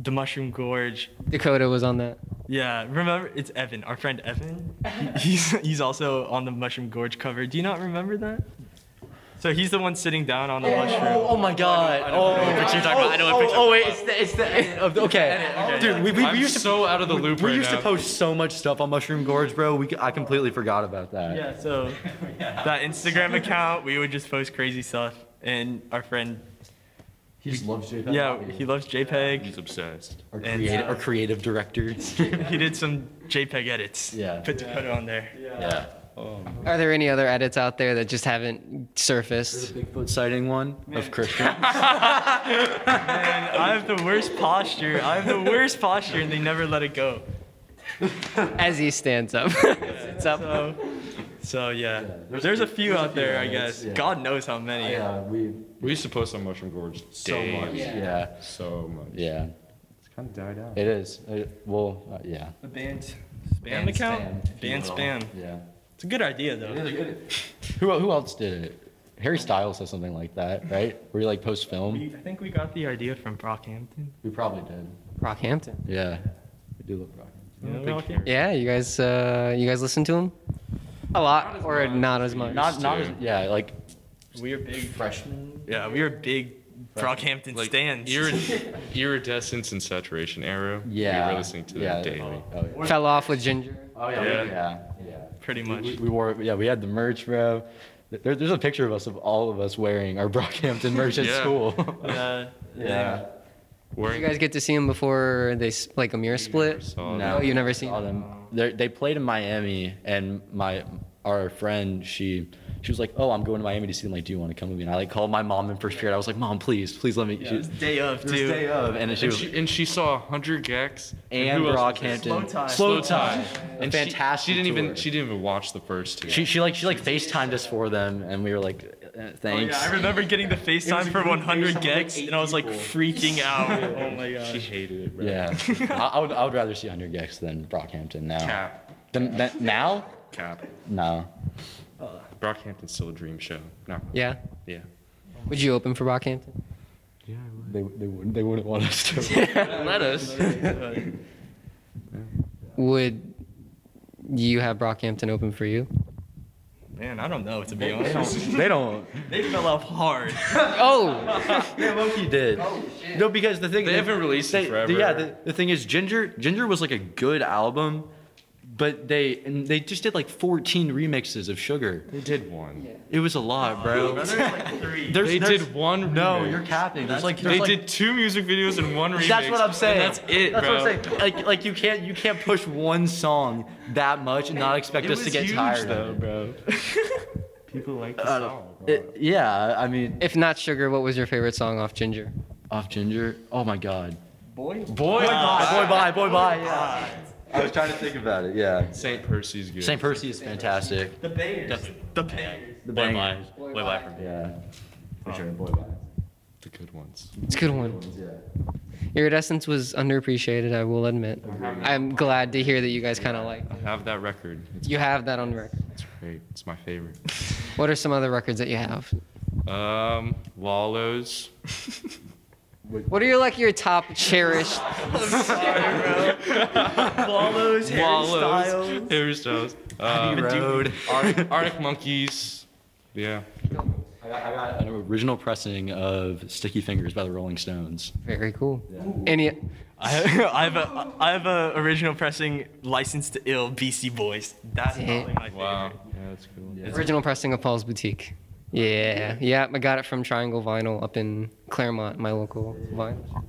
The Mushroom Gorge. Dakota was on that. Yeah, remember it's Evan, our friend Evan. he's he's also on the Mushroom Gorge cover. Do you not remember that? So he's the one sitting down on the mushroom. oh my God. Oh. But you're talking about, I know what picture. Oh wait, it's the it's the end of the, okay. Dude, we, we, I'm we used to so out of the loop we right used now. to post so much stuff on Mushroom Gorge, bro. We I completely forgot about that. Yeah, so that Instagram account, we would just post crazy stuff. And our friend, He just loves JPEG. yeah, he loves JPEG. He's obsessed. Our, and, creative, uh, our creative director. He did some JPEG edits. Yeah. Put Dakota on there. yeah. Are there any other edits out there that just haven't surfaced? Bigfoot sighting one of Christian. And I have the worst posture. I have the worst posture, and they never let it go. As he stands up, it's up. So, so yeah. there's- there's, a few out there, I guess. yeah. God knows how many. yeah, we We used to post on Mushroom Gorge so much. daily. Yeah. So much. Yeah. It's kind of died out. It is. It, well, uh, yeah. The band spam account? spam. Band spam. Yeah. It's a good idea, though. Who who else did it? Harry Styles has something like that, right? Where you like post film. We, I think we got the idea from Brockhampton. We probably did. Rockhampton. Yeah. We do look rocking. You know Big Brockhampton? Yeah, you guys, uh, you guys listen to him a lot as or much. not as much? Not not to. as, yeah like We are big. freshman. Yeah, we were big Brockhampton Like stands. irid- iridescence and saturation arrow. Yeah. We were listening to that Yeah. daily. Oh yeah. Fell off with Ginger. Oh yeah. Yeah. Yeah. yeah. pretty much. We, we wore yeah we had the merch, bro. There, there's a picture of us of all of us wearing our Brockhampton merch at Yeah. school. Uh, yeah. You Wearing guys get to see him before they s- like a mirror never split. saw No, that. you've never seen Saw them. They're, they played in Miami, and my our friend she she was like, "Oh, I'm going to Miami to see them. Like, do you want to come with me?" And I like called my mom in first grade. I was like, "Mom, please, please let me." yeah, she, it was day of, it was too. day of, and she And was she, and she saw 100 gex and who else was there? Brockhampton. Slow Time. Slow time. And she- fantastic. She, didn't even tour. she didn't even watch the first two. She, she like she like FaceTimed us for them, and we were like, eh, Oh, "Thanks." yeah, I remember getting the FaceTime for 100 FaceTime, gigs, like, eight and I was like people. freaking out. oh my She gosh. hated it. Bro. Yeah. I, I would I would rather see 100 Gex than Brockhampton now. Cap. Than, than, now? Cap. No. Brockhampton's still a dream show. No. Yeah. Yeah. Would you open for Rockhampton? They, they wouldn't they wouldn't want us to. Let us. Would you have Brockhampton open for you? Man, I don't know to be honest. they don't. they fell off hard. Oh, Yeah, Loki did. No, because the thing Oh, They haven't released it forever. Yeah, the, the thing is, Ginger Ginger was like a good album, but they and they just did like 14 remixes of Sugar. They did one. It was a lot, bro. There's- They there's- did one. No, remix. you're capping. There's like They there's, like- did two music videos and one remix. That's what I'm saying. and that's it, That's bro. what I'm saying. Like, like you can't you can't push one song that much and not expect It us to was get huge, tired though, of it. bro. People like the I don't- song. It- yeah, I mean, if not Sugar, what was your favorite song off Ginger? off Ginger. Oh my God. Boy, Bye, boy, bye, boy, bye. Yeah. I was trying to think about it. Yeah. St. Percy's good. St. Percy is fantastic. The Bears. The Bears. The Boy bangers. bye. Boy bye for me. Yeah. For sure. Boy, bye. the good ones. It's a good one. Yeah. Iridescence was underappreciated, I will admit. I'm glad to hear that you guys kind of like. I have that record. It's, You have that on record. it's great. It's my favorite. What are some other records that you have? Um, Wallows. What are your like your top cherished? Wallows, Harry Styles. Wallows. Harry Styles. Um, Road. Arctic, Arctic Monkeys. Yeah. I got, I got an original pressing of Sticky Fingers by the Rolling Stones. Very cool. Any I have, I have a I have a original pressing License to Ill BC Boys. That's probably my favorite. Wow. Yeah, that's cool. Yeah. original pressing of Paul's Boutique? Yeah, yeah. I got it from Triangle Vinyl up in Claremont, my local vinyl.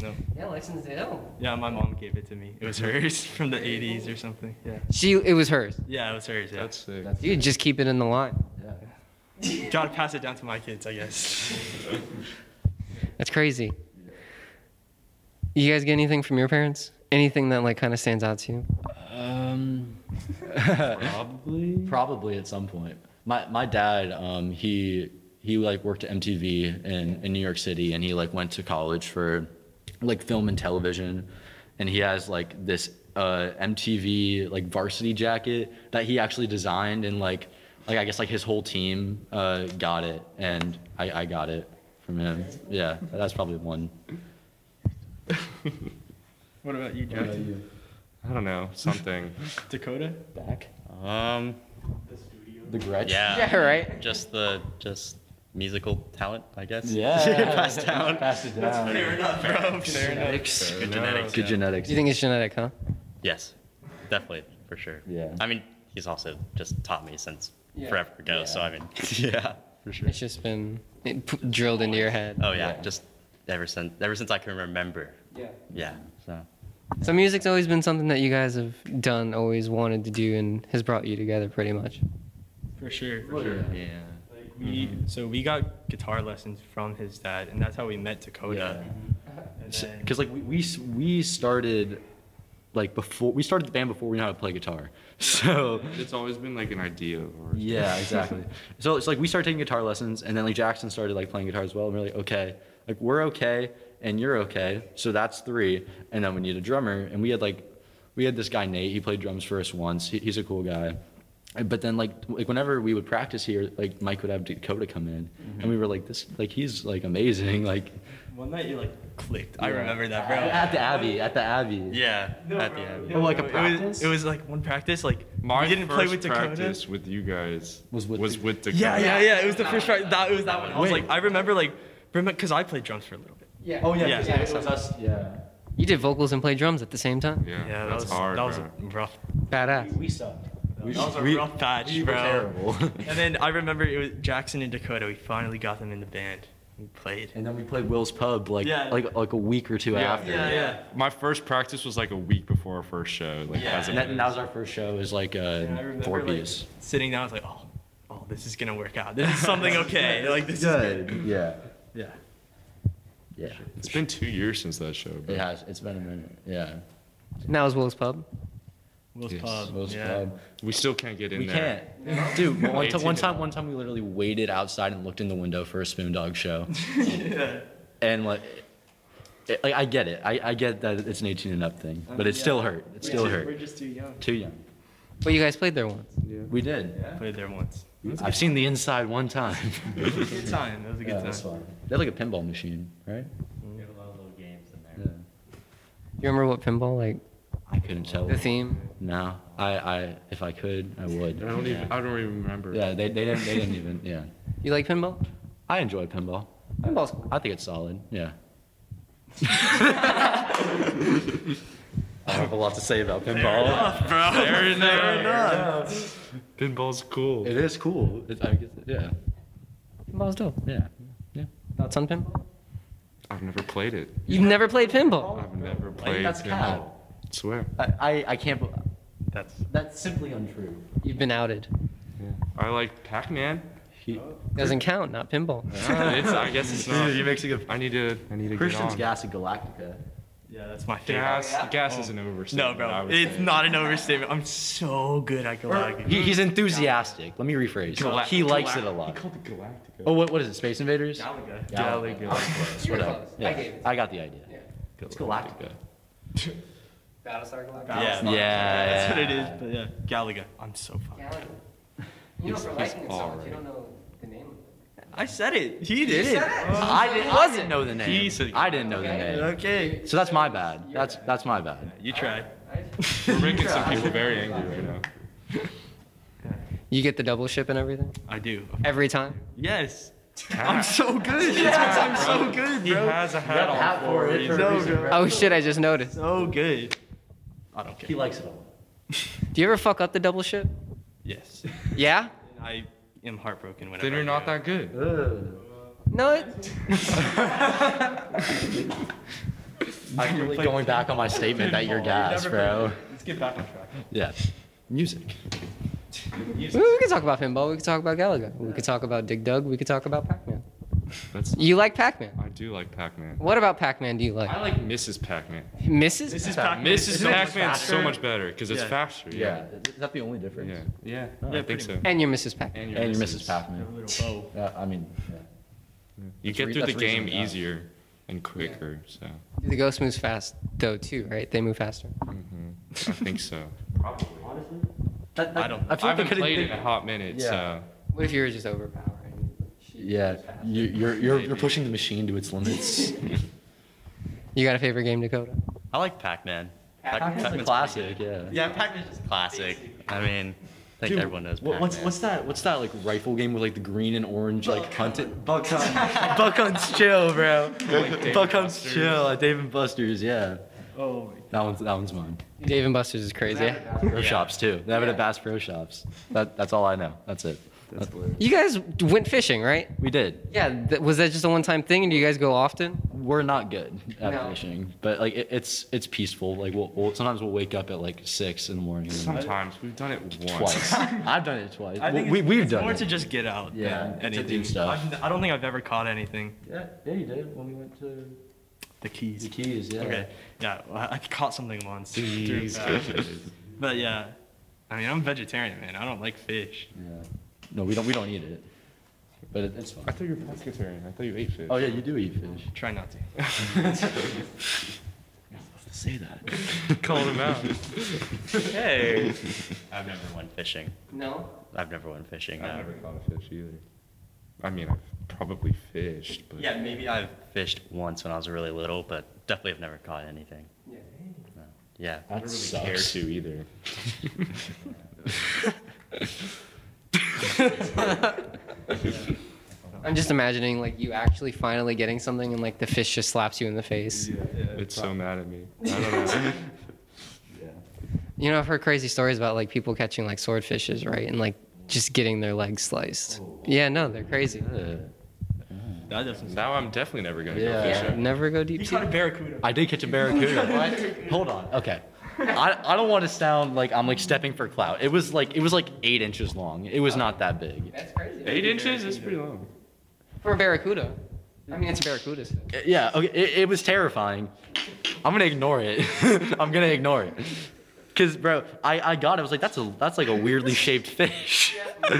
No. Yeah, license to ill. Yeah, my mom gave it to me. It was hers from the 80s or something. Yeah. She, it was hers. Yeah, it was hers. Yeah. That's sick. You just keep it in the line. Gotta pass it down to my kids, I guess. That's crazy. You guys get anything from your parents? Anything that like kind of stands out to you? Um, probably. Probably at some point. My my dad, um, he he like worked at MTV in in New York City, and he like went to college for like film and television, and he has like this uh, MTV like varsity jacket that he actually designed, and like like I guess like his whole team uh, got it, and I, I got it from him. Yeah, that's probably one. What about you, Jackson? I don't know. Something. Dakota? Back. Um, The Gretsch. yeah. Yeah, right. Just the just musical talent, I guess. Yeah. Passed down. Pass it down. Fair enough, bro. Fair enough. Good genetics. Good yeah. genetics. Do you think it's genetic, huh? Yes, definitely for sure. Yeah. I mean, he's also just taught me since forever ago. So I mean, yeah, for sure. It's just been it p- drilled into your head. Oh yeah, just ever since ever since I can remember. Yeah. Yeah. So So music's always been something that you guys have done, always wanted to do, and has brought you together pretty much. For sure. For sure. Yeah. Like we so we got guitar lessons from his dad, and that's how we met Dakota. And then- Because like we, we s- we started like before we started the band before we knew how to play guitar. So It's always been like an idea. Or yeah, exactly. so it's like we started taking guitar lessons, and then like Jackson started like playing guitar as well, and we're like, okay, like we're okay, and you're okay, so that's three, and then we need a drummer, and we had like we had this guy Nate, he played drums for us once, he, he's a cool guy. But then, like, like whenever we would practice here, like Mike would have Dakota come in, and we were like, "This, like, he's like amazing." Like, one night you like clicked. I Yeah. remember that, bro. at the Abbey, at the Abbey. yeah, at the end. Oh, like It a was- practice? It was, like one practice. Like My we didn't first play with Dakota. practice with you guys Was with Dakota. Dakota. Yeah, yeah, yeah. It was the first practice. That it was that one. I was Wait. like, I remember like, remember because I played drums for a little bit. Yeah. Oh yeah, Yeah. yeah, it was us. Yeah. You did vocals and played drums at the same time. Yeah, Yeah, that that's was hard. that was bro. a rough. Badass. We sucked. We, That was a we- rough patch, we were bro. terrible. And then I remember it was Jackson and Dakota. We finally got them in the band. We played. and then we played Will's Pub like Yeah. like like a week or two Yeah. after. Yeah, yeah. My first practice was like a week before our first show. Like Yeah. as a And that, and band. that was our first show. It was like uh, And I remember four like, piece. sitting down, I was like, oh, oh, this is gonna work out. This is something okay. like this is good. Yeah. Yeah. Yeah. It's been two years since that show. Bro. It has. It's been a minute. Yeah. Now it's Will's Pub. Will's Yes. pub. Will's Um, yeah. Pub. We still can't get in We there. can't, dude. One, t- 18 one time, one time we literally waited outside and looked in the window for a Spoon Dog show. And like, it- like I get it. I, I get that it's an 18 and up thing, but it still hurt. It still hurt. just too young. Too young. But you guys played there once. We did. Played there once. I've seen the inside one time. Good time. That was a good time. Mm-hmm. They had like a pinball machine, right? We have a lot of little games in there. Yeah. You remember what pinball like I couldn't tell. the theme? No, I, I, if I could, I would. I don't even. I don't even remember. Yeah, they, they didn't, they didn't even. Yeah, You like pinball? I enjoy pinball. Pinball's cool. I think it's solid. Yeah. I don't have a lot to say about pinball. bro. Fair enough. Pinball's cool. It is cool. It, I guess, yeah, Pinball's dope. yeah, yeah. Thoughts on pinball? I've never played it. You've never played pinball. I've never played that's pinball. cap. Swear. I, I, I can't. be- That's That's simply untrue. You've been outed. I like Pac-Man. He, Doesn't count. Not pinball. It's- I guess it's not. You're mixing up I need to. I need to Christian's get on. gas Oh. and Galactica. yeah. That's my favorite. Gas. Gas is an overstatement. No, I bro. would It's say. not an overstatement. I'm so good at Galactic. He, he's enthusiastic. Let me rephrase. Gala- he likes Galact- it a lot. He called it Galactica. Oh, what, what is it? Space Invaders? Galaga. Galaga. Whatever. Yeah. I, got the idea. It's Galactica. Battlestar Galactica. Yeah. Yeah. That's what it is. But yeah, Galaga. I'm so fucking. You know, for liking it so much, you alright. don't know the name. I said it. He did it. I, did, I didn't know the name. He said- I didn't know the name. Okay. So that's my bad. That's that's my bad. You tried. We're making some people very angry right now. You get the double ship and everything I do. every time. Yes. Cap. So good. Yes, I'm so good, he bro. has a hat on. for it. No, bro. Oh shit! I just noticed. So good. I don't care. likes it all. Do you ever fuck up the double ship? Yes. Yeah. I am heartbroken whenever. Then you're I not do it. that good. No. It, I'm really going back on my statement that you're gas, bro. Let's get back on track. Yeah. Music. we we can talk about pinball. We can talk about Galaga. We could talk about Dig Dug. We could talk about Pac-Man. That's. You like Pac-Man? I do like Pac-Man. What about Pac-Man? Do you like I like Mrs. Pac-Man. Mrs. This is Pac-Man. Mrs. Pac-Man's so faster. much better because it's Yeah. faster. Yeah. Is that the only difference? Yeah. Yeah. I Yeah, think pretty so. much. And you're Mrs. Pac-Man. And And your Mrs. Pac-Man. Little bow. Yeah, I mean, yeah. You That's get re- through the that's game reasonable. easier and quicker, so The ghost moves fast though too, right? They move faster. I think so. That, that, I don't- I feel I like they haven't couldn't played think- in a hot minute, Yeah. so What if you were just overpowering? Yeah, you, you're you're you're pushing the machine to its limits. You got a favorite game, Dakota? I like Pac-Man. Pac-Man's a classic. Yeah. Yeah, Pac-Man's just classic. I mean, I think everyone knows What, Pac-Man. what's what's that? What's that like rifle game with like the green and orange like hunted? Buck Hunt. Buck Hunt's chill, bro. Buck Hunt's chill at Dave and Buster's. Yeah. Oh, That one's that one's mine. Dave and Buster's is crazy. Pro shops too. They have it at Bass Pro Shops. That that's all I know. That's it. That's You guys went fishing, right? we did. Yeah. Th- was that just a one-time thing? And do you guys go often? We're not good at No. fishing, but like it, it's it's peaceful. Like we'll, we'll sometimes we'll wake up at like six in the morning. and- sometimes we've done it once. twice. I've done it twice. I think we, it's- we've it's done more it. to just get out. Yeah, than to do anything. stuff. I've, I don't think I've ever caught anything. Yeah, yeah, you did when we went to The keys. the Keys. Yeah. Okay. Yeah, well, I I caught something once. through Pac-Man. but yeah, I mean, I'm vegetarian, man. I don't like fish. Yeah. No, we don't. We don't eat it. But it, it's fine. I thought you were pescatarian. I thought you ate fish. Oh yeah, you do eat fish. Try not to. Say that. called him out. Hey. I've never went fishing. No. I've never went fishing. no. I've never caught a fish either. I mean, I've probably fished, but Yeah, maybe I've fished once when I was really little, but definitely have never caught anything. Yeah. No. Yeah. I don't really care to either. I'm just imagining like you actually finally getting something and like the fish just slaps you in the face. It's so mad at me. I don't know. You know, I've heard crazy stories about like people catching like swordfishes, right? And like just getting their legs sliced. Yeah, no, they're crazy. Uh, That doesn't. now I'm definitely never gonna Yeah. go Yeah, fishing. never go deep sea. barracuda. I did catch a barracuda. what? Hold on. Okay. I, I don't want to sound like I'm like stepping for clout. It was like it was like eight inches long. It was not that big. That's crazy. Eight inches is pretty long. For a barracuda. I mean, it's a barracuda. So. Yeah. Okay. It, it was terrifying. I'm gonna ignore it. I'm gonna ignore it. Cause bro, I, I got it. I was like, that's a that's like a weirdly shaped fish. and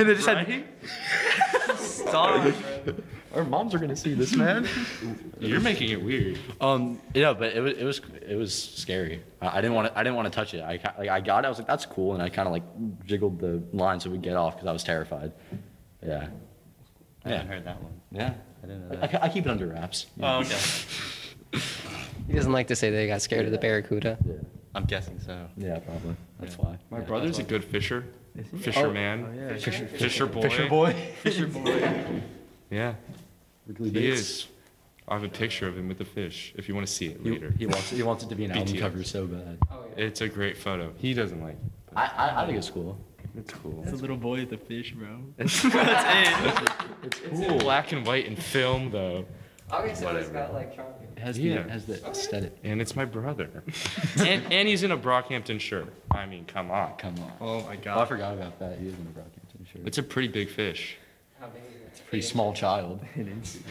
it just had Sorry, bro. Our moms are gonna see this, man. You're making it weird. um, yeah, but it was it was it was scary. I, I didn't want to I didn't want to touch it. I ca- like I got it. I was like, that's cool, and I kind of like jiggled the line so we get off because I was terrified. Yeah, I haven't heard that one. yeah. I didn't know I, that. I, I keep it under wraps. Oh, okay. He doesn't like to say that he got scared of the barracuda. Yeah, I'm guessing so. yeah, probably. That's Yeah. why. My brother's a good fisher. Fisherman. Fisher, boy. Fisher boy. Yeah. Wrigley He Bates. is. I have a picture of him with the fish if you want to see it He, later. he wants he wants it to be an album BTS. cover so bad. Oh, It's a great photo. He doesn't like it. I, I, I think it's cool. It's cool. It's a little boy with a fish, bro. It's It's in black and white in film, though. Obviously, he's got like It has Yeah. the has the aesthetic. And it's my brother. and, and he's in a Brockhampton shirt. I mean, come on. Come on. Oh my Oh, I god. forgot about that. He is in the Brockhampton shirt. It's a pretty big fish. a pretty small child.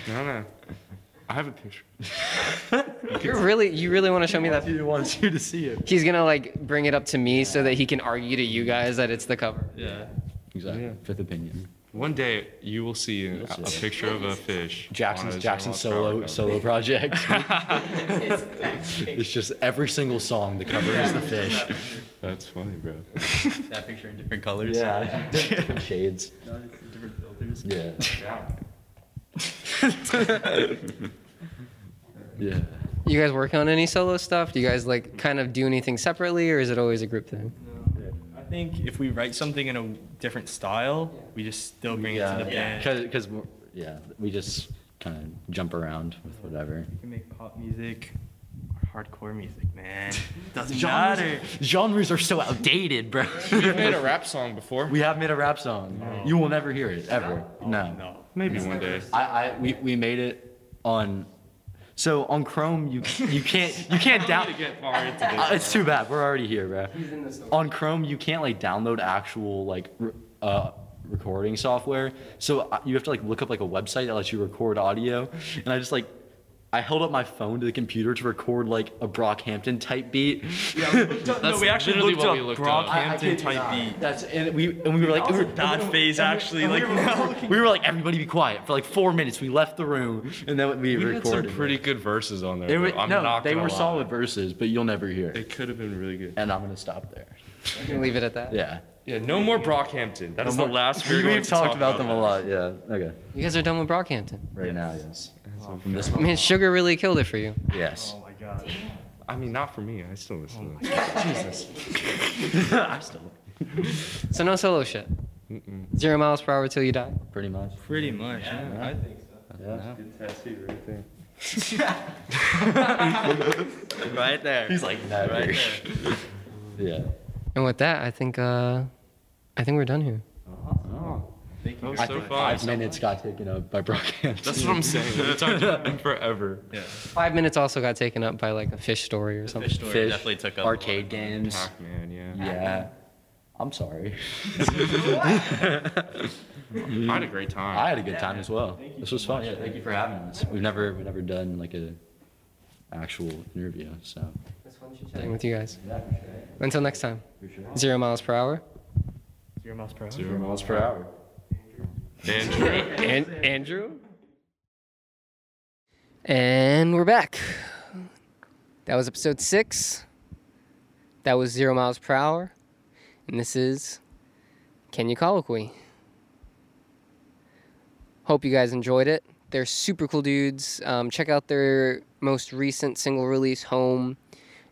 No, no. I have a picture. You're really, you really want to show me that? He wants you to see it. He's gonna like bring it up to me so that he can argue to you guys that it's the cover. Yeah. Exactly. Yeah. Fifth opinion. One day you will see a, You'll see a it. picture of a fish. Jackson's on a Jackson's Zermatt Tower solo solo cover. project. it's just every single song. The cover is the fish. That's funny, bro. That picture in different colors. Yeah. Different shades. Different filters. Yeah. Yeah. You guys work on any solo stuff? Do you guys like kind of do anything separately, or is it always a group thing? I think if we write something in a different style, we just still bring it to the Yeah. band. Because yeah, we just kind of jump around with whatever. We can make pop music or hardcore music, man. Doesn't Genres- matter. Genres are so outdated, bro. We've made a rap song before. We have made a rap song. You will never hear it ever. no. No. Maybe one day. I, I we, we made it on. So on Chrome, you you can't you can't down. Get far into this. Uh, it's too bad. We're already here, bro. in the store. On Chrome, you can't like download actual like re- uh, recording software. So uh, you have to like look up like a website that lets you record audio. And I just like I held up my phone to the computer to record like a Brockhampton type beat. That's That's we actually literally looked what up we looked up. I- I Brockhampton kid you type not. beat. That's and we and we were like we were, Bad phase, actually. Like, no. we were like everybody be quiet for like four minutes. We left the room and then we, We had recorded. some it. pretty good verses on there. They were, though. I'm no, not they gonna were lie. solid verses, but you'll never hear it. It could have been really good. And I'm gonna stop there. You can leave it at that. Yeah. Yeah, no more Brockhampton. That is the last we're We've going talked to talk about them a that. lot. Yeah. Okay. You guys are done with Brockhampton. Right now, yes. From this I moment, mean, sugar really killed it for you. yes. Oh my god. I mean, not for me. I still Oh listen to it. I still So no solo shit. Zero miles per hour till you die. pretty much. Pretty much. Yeah. Yeah. Right there. He's like that. right there. Yeah. And with that, I think uh, I think we're done here. I so think far, five so minutes got taken up by Brockhampton. That's what I'm saying. We talked about him forever. Five minutes also got taken up by like a fish story or something. Fish store Fish, definitely took up. Arcade games. Pac-Man, yeah. Yeah. I'm sorry. I had a great time. I had a good time as well. This was fun. Yeah. Thank you for having us. We've never we've never done like a actual interview, so. Chatting with you guys. Until next time. Zero miles per hour. Zero miles per hour. Zero miles per hour. Andrew. And Andrew. And we're back. That was episode six. That was zero miles per hour. And this is Can You Colloquy? Hope you guys enjoyed it. They're super cool dudes. Um, check out their most recent single release, Home.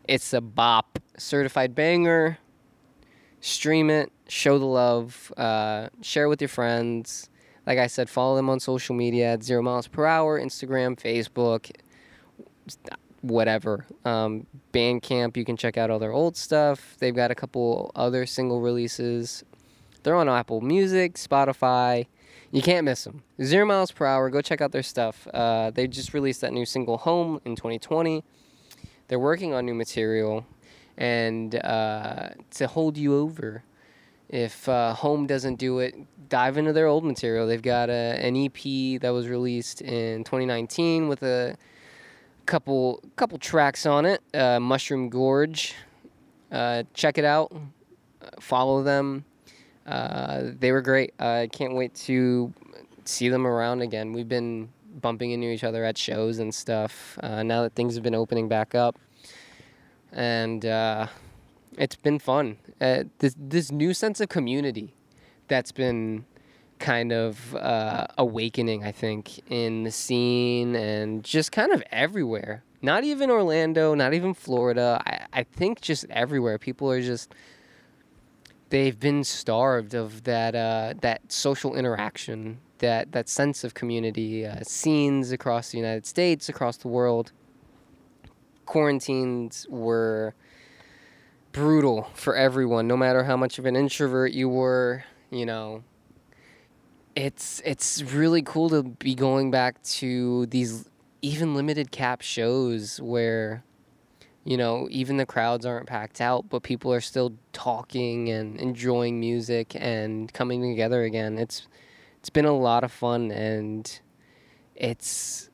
It's a bop, certified banger. Stream it, show the love, uh, share with your friends. Like I said, follow them on social media at zero miles per hour, Instagram, Facebook, whatever. Um, Bandcamp, you can check out all their old stuff. They've got a couple other single releases. They're on Apple Music, Spotify. You can't miss them. Zero miles per hour. Go check out their stuff. Uh, they just released that new single "Home" in 2020. They're working on new material, and uh, to hold you over, if uh, Home doesn't do it, dive into their old material. They've got a, an EP that was released in 2019 with a couple couple tracks on it. Uh, Mushroom Gorge, uh, check it out. Uh, Follow them. Uh, they were great. I can't wait to see them around again. We've been bumping into each other at shows and stuff. Uh, now that things have been opening back up, and uh, it's been fun. Uh, this this new sense of community that's been kind of uh, awakening, I think, in the scene and just kind of everywhere. Not even Orlando, not even Florida. I, I think just everywhere. People are just they've been starved of that uh, that social interaction, that that sense of community. Uh, scenes across the United States, across the world. Quarantines were brutal for everyone, no matter how much of an introvert you were. You know, it's it's really cool to be going back to these even limited cap shows where you know, even the crowds aren't packed out, but people are still talking and enjoying music and coming together again. It's it's been a lot of fun and it's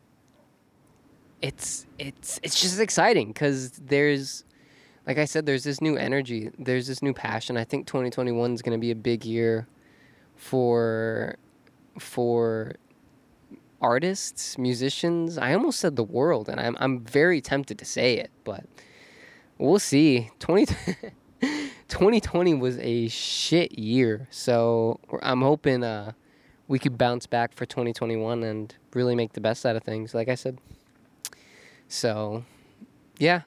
it's it's it's just exciting cuz there's like I said there's this new energy, there's this new passion. I think 2021 is going to be a big year for for artists, musicians. I almost said the world, and I'm I'm very tempted to say it, but we'll see. 20, 2020 was a shit year, so we're- I'm hoping uh, we could bounce back for 2021 and really make the best out of things. Like I said, so yeah,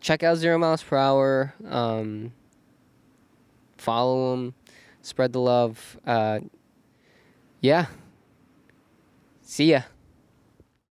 check out Zero Miles Per Hour. Um, follow them, spread the love. Uh, yeah. See ya.